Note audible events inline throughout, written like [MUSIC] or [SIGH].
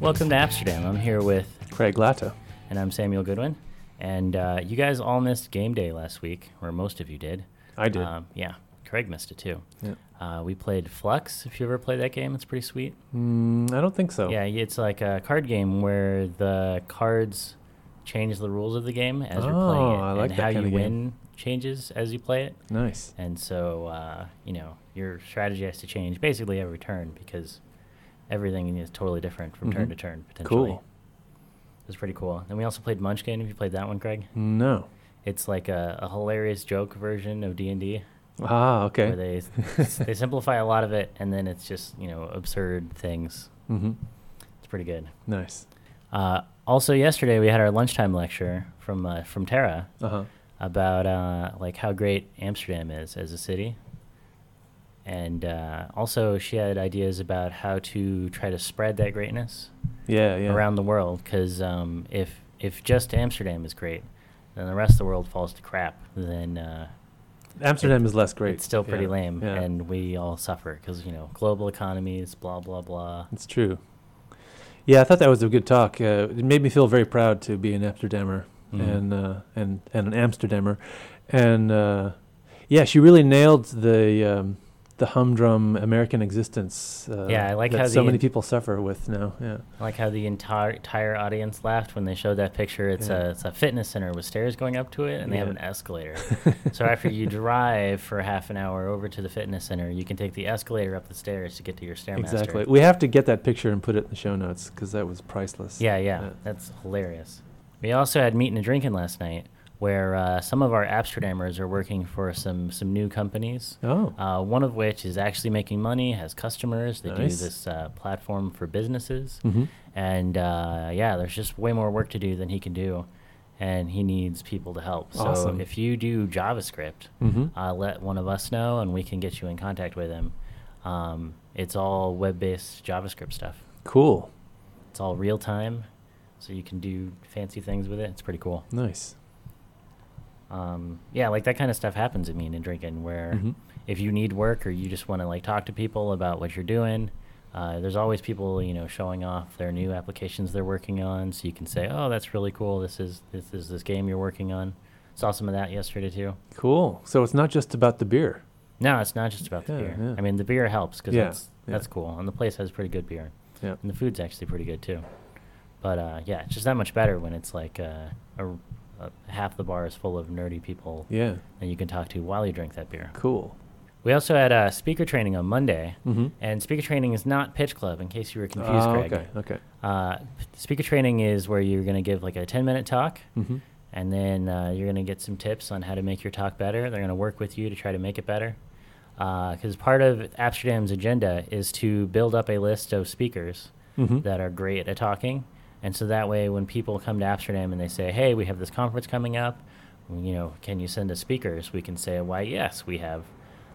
Welcome to Amsterdam. I'm here with, Craig Latta. and I'm Samuel Goodwin. And uh, you guys all missed game day last week, or most of you did. I did. Um, yeah, Craig missed it too. Yeah. Uh, we played Flux. If you ever played that game, it's pretty sweet. Mm, I don't think so. Yeah, it's like a card game where the cards change the rules of the game as you're Oh, playing it, I like and that how kinda you game. win changes as you play it. Nice. And so, uh, you know, your strategy has to change basically every turn because everything is totally different from turn Mhm. to turn potentially. Cool. It was pretty cool. And we also played Munchkin. Have you played that one, Craig? No. It's like a, a hilarious joke version of D and D Ah, where okay. they [LAUGHS] they simplify a lot of it, and then it's just you know absurd things. hmm It's pretty good. Nice. Uh, also, yesterday we had our lunchtime lecture from uh, from Tara Uh huh. about uh, like how great Amsterdam is as a city, and uh, also she had ideas about how to try to spread that greatness Yeah, yeah. around the world. Because um, if if just Amsterdam is great, then the rest of the world falls to crap. Then uh, Amsterdam it- is less great. It's still pretty Yeah, lame, yeah. and we all suffer because you know global economies, blah blah blah. it's true. Yeah, I thought that was a good talk. Uh, it made me feel very proud to be an Amsterdammer Mhm. and uh, and and an Amsterdammer, and uh, yeah, she really nailed the um, the humdrum American existence. Uh, Yeah, I like that how so the- many people suffer with now. Yeah. I like how the entire entire audience laughed when they showed that picture. It's Yeah. a it's a fitness center with stairs going up to it, and they have Yeah. an [LAUGHS] escalator. so after you drive for half an hour over to the fitness center, you can take the escalator up the stairs to get to your stairmaster. Exactly. We have to get that picture and put it in the show notes because that was priceless. Yeah, yeah, that's hilarious. We also had meeting and drinking last night, where uh, some of our Amsterdammers are working for some some new companies. Oh. Uh, one of which is actually making money, has customers. They Nice. do this uh, platform for businesses, Mhm. and uh, yeah, there's just way more work to do than he can do, and he needs people to help. So Awesome. if you do JavaScript, Mhm. uh, let one of us know, and we can get you in contact with him. Um, it's all web-based JavaScript stuff. Cool. It's all real time, so you can do fancy things with it. It's pretty cool. Nice. um, yeah, like that kind of stuff happens at Mean and Drinking, where Mhm. if you need work or you just want to like talk to people about what you're doing, uh, there's always people you know showing off their new applications they're working on, so you can say, "Oh, that's really cool. This is this is this game you're working on." Saw some of that yesterday too. Cool. So it's not just about the beer. No, it's not just about the Yeah, beer. yeah. I mean, the beer helps because Yeah, that's yeah. that's cool, and the place has pretty good beer, Yeah. and the food's actually pretty good too. But uh, yeah, it's just that much better when it's like uh, a, a half the bar is full of nerdy people Yeah. that you can talk to while you drink that beer. Cool. We also had uh, speaker training on Monday, Mhm. and speaker training is not pitch club. In case you were confused, Ah, Craig. okay. Okay. Uh, speaker training is where you're going to give like a 10 minute talk, Mhm. and then uh, you're going to get some tips on how to make your talk better. They're going to work with you to try to make it better. Because part of Amsterdam's agenda is to build up a list of speakers Mhm. that are great at talking. And so that way, when people come to Amsterdam and they say, hey, we have this conference coming up, you know, can you send us speakers? We can say, why, yes, we have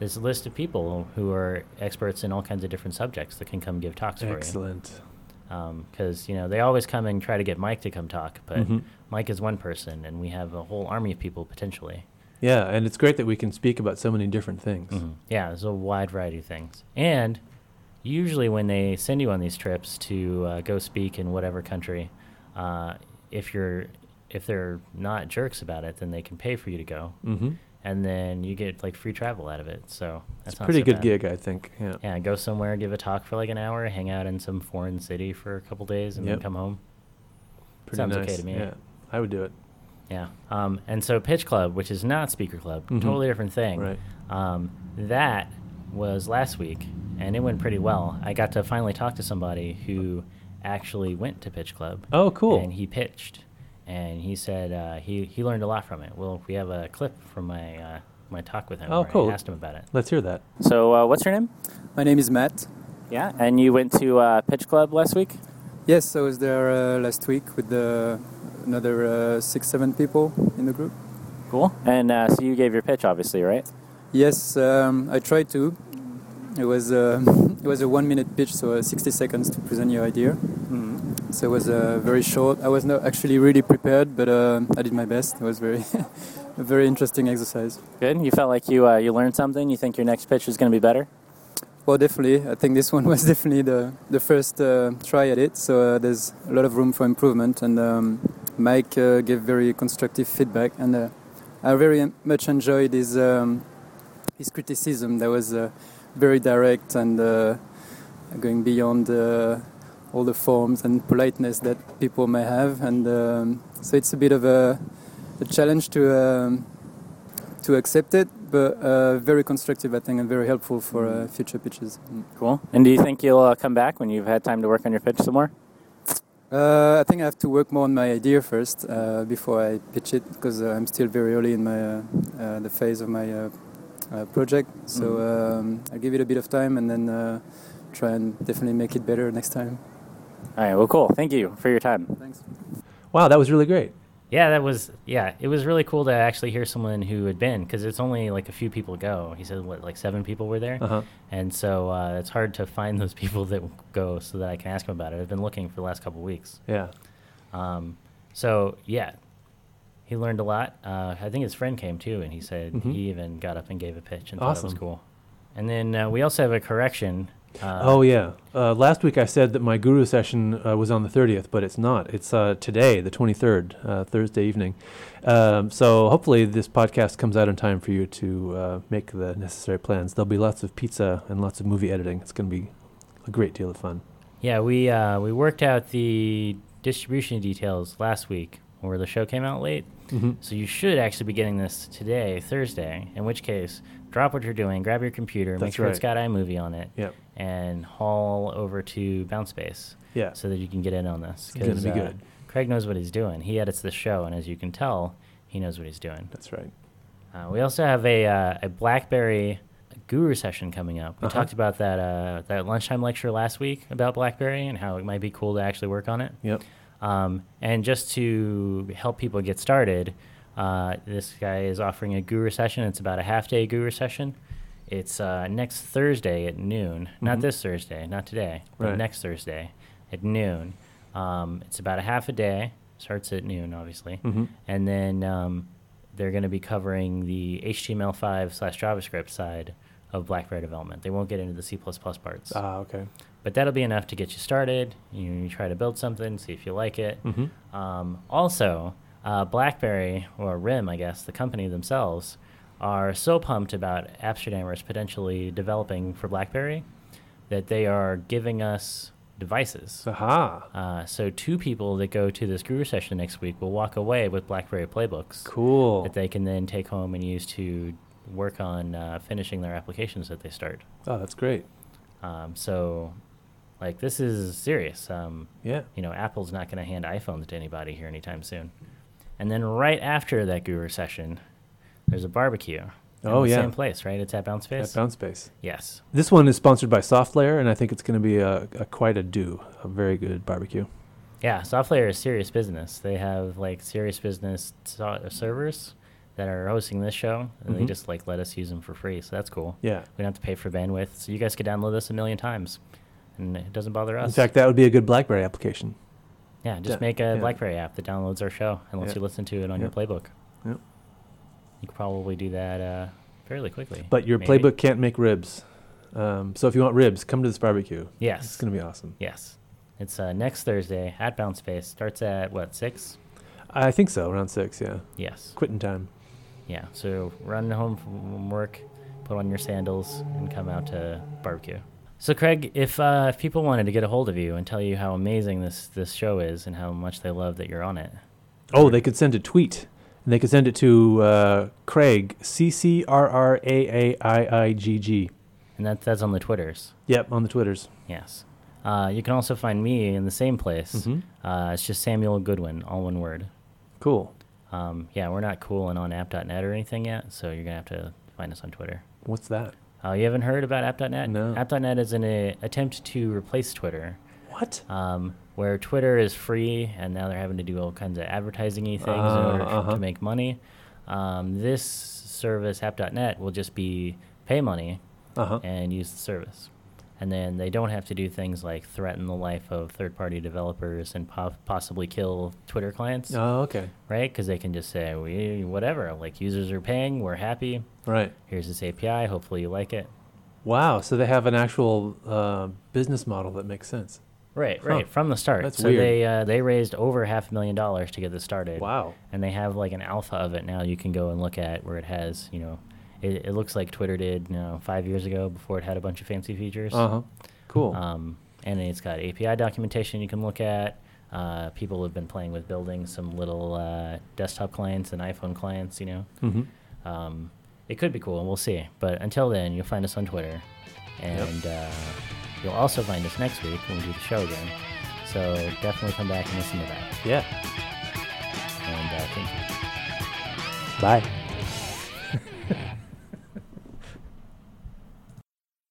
this list of people who are experts in all kinds of different subjects that can come give talks for you. Excellent. Because, you know, they always come and try to get Mike to come talk, but Mhm. Mike is one person, and we have a whole army of people potentially. Yeah, and it's great that we can speak about so many different things. Mhm. Yeah, there's a wide variety of things. And usually, when they send you on these trips to uh, go speak in whatever country, uh, if you're if they're not jerks about it, then they can pay for you to go, Mhm. and then you get like free travel out of it. So that's It's a not pretty so good bad. gig, I think. Yeah. Yeah, go somewhere, give a talk for like an hour, hang out in some foreign city for a couple days, and then Yep. come home. Pretty sounds nice. okay to me. Yeah. I would do it. Yeah. Um, and so Pitch Club, which is not Speaker Club, Mhm. totally different thing. Right. Um, that was last week, and it went pretty well. I got to finally talk to somebody who actually went to Pitch Club. Oh, cool. And he pitched, and he said uh, he he learned a lot from it. Well, we have a clip from my uh, my talk with him. Oh, where cool. I asked him about it. Let's hear that. So, uh, what's your name? My name is Matt. Yeah, and you went to uh, Pitch Club last week. Yes, I was there uh, last week with uh, another uh, six, seven people in the group. Cool. And uh, so you gave your pitch, obviously, right? Yes, um, I tried to. It was uh, [LAUGHS] it was a one minute pitch, so uh, 60 seconds to present your idea. Mm-hmm. So it was uh, very short. I was not actually really prepared, but uh, I did my best. It was very [LAUGHS] a very interesting exercise. Good. You felt like you uh, you learned something. You think your next pitch is going to be better? Well, definitely. I think this [LAUGHS] one was definitely the, the first uh, try at it, so uh, there's a lot of room for improvement. And um, Mike uh, gave very constructive feedback, and uh, I very much enjoyed his, um, his criticism that was uh, very direct and uh, going beyond uh, all the forms and politeness that people may have. And um, so it's a bit of a, a challenge to, um, to accept it, but uh, very constructive, I think, and very helpful for uh, future pitches. Mm. Cool. And do you think you'll uh, come back when you've had time to work on your pitch some more? Uh, I think I have to work more on my idea first uh, before I pitch it because uh, I'm still very early in my uh, uh, the phase of my uh, uh, project. So um, I'll give it a bit of time and then uh, try and definitely make it better next time. All right. Well, cool. Thank you for your time. Thanks. Wow, that was really great. Yeah, that was yeah. It was really cool to actually hear someone who had been because it's only like a few people go. He said what like seven people were there, Uh-huh. and so uh, it's hard to find those [LAUGHS] people that go so that I can ask him about it. I've been looking for the last couple weeks. Yeah. Um, so yeah, he learned a lot. Uh, I think his friend came too, and he said Mhm. he even got up and gave a pitch and thought it was Awesome. cool. And then uh, we also have a correction. Uh, oh yeah. Uh, last week I said that my guru session uh, was on the 30th, but it's not. It's uh, today, the 23rd, uh, Thursday evening. Um, so hopefully this podcast comes out in time for you to uh, make the necessary plans. There'll be lots of pizza and lots of movie editing. It's going to be a great deal of fun. Yeah, we uh, we worked out the distribution details last week, where the show came out late. Mhm. So you should actually be getting this today, Thursday. In which case, drop what you're doing, grab your computer, make That's sure it's right. got iMovie on it, Yep. and haul over to Bounce Space. Yeah. so that you can get in on this. It's gonna 'cause, be uh, good. Craig knows what he's doing. He edits the show, and as you can tell, he knows what he's doing. That's right. Uh, we also have a uh, a BlackBerry Guru session coming up. We Uh-huh. talked about that uh, that lunchtime lecture last week about BlackBerry and how it might be cool to actually work on it. Yep. Um, and just to help people get started, uh, this guy is offering a guru session. It's about a half day guru session. It's uh, next Thursday at noon. Not Mhm. this Thursday, not today, but Right. next Thursday at noon. Um, it's about a half a day. Starts at noon, obviously. Mhm. And then um, they're going to be covering the HTML5 slash JavaScript side of BlackBerry development. They won't get into the C parts Ah, okay. but that'll be enough to get you started. You, you try to build something, see if you like it. Mhm. Um, also, uh, BlackBerry or RIM, I guess, the company themselves are so pumped about Amsterdamers potentially developing for BlackBerry that they are giving us devices. Aha. Uh, so two people that go to this guru session next week will walk away with BlackBerry playbooks Cool. that they can then take home and use to work on uh, finishing their applications that they start. Oh, that's great. Um, so, like, this is serious. Um, Yeah. You know, Apple's not going to hand iPhones to anybody here anytime soon. And then right after that guru session, there's a barbecue. in Oh, the yeah. Same place, right? It's at Bounce Face? At Bounce Space. yes. This one is sponsored by SoftLayer, and I think it's going to be a, a quite a do, a very good barbecue. Yeah, SoftLayer is serious business. They have, like, serious business so- servers that are hosting this show, and they Mhm. just, like, let us use them for free. So that's cool. Yeah. We don't have to pay for bandwidth. So you guys could download this a million times, and it doesn't bother us. In fact, that would be a good BlackBerry application. Yeah, just Yeah, make a yeah. BlackBerry app that downloads our show and lets Yeah. you listen to it on your Yeah. playbook. Yep. You could probably do that uh, fairly quickly. But your maybe. playbook can't make ribs. Um, so if you want ribs, come to this barbecue. Yes. It's going to be awesome. Yes. It's uh, next Thursday at Bounce Space. Starts at what, 6? I think so, around six, yeah. Yes. Quitting time. Yeah. So run home from work, put on your sandals, and come out to barbecue. So, Craig, if, uh, if people wanted to get a hold of you and tell you how amazing this, this show is and how much they love that you're on it, Oh, they could send a tweet. And they could send it to uh, Craig, C C R R A A I I G G. and that, that's on the Twitters. Yep, on the Twitters. Yes. Uh, you can also find me in the same place. Mhm. Uh, it's just Samuel Goodwin, all one word. Cool. Um, yeah, we're not cool and on app.net or anything yet, so you're going to have to find us on Twitter. What's that? Uh, you haven't heard about app.net? No. App.net is an uh, attempt to replace Twitter, What? um, where Twitter is free, and now they're having to do all kinds of advertising y things in Ah, order f- uh-huh. to make money. Um, this service, app.net, will just be pay money Uh huh. and use the service. And then they don't have to do things like threaten the life of third party developers and po- possibly kill Twitter clients, Oh, okay. right? Because they can just say, we, whatever, like users are paying, we're happy. Right. Here's this API, hopefully you like it. Wow. So they have an actual uh, business model that makes sense. Right, Huh. right, from the start. That's so weird. they uh, they raised over half a million dollars to get this started. Wow. And they have like an alpha of it now. You can go and look at where it has, you know, it, it looks like Twitter did, you know, five years ago before it had a bunch of fancy features. Uh huh. Cool. Um, and it's got API documentation you can look at. Uh, people have been playing with building some little uh, desktop clients and iPhone clients, you know. hmm Um, it could be cool, and we'll see. But until then, you'll find us on Twitter, and uh, you'll also find us next week when we do the show again. So definitely come back and listen to that. Yeah. And uh, thank you. Bye.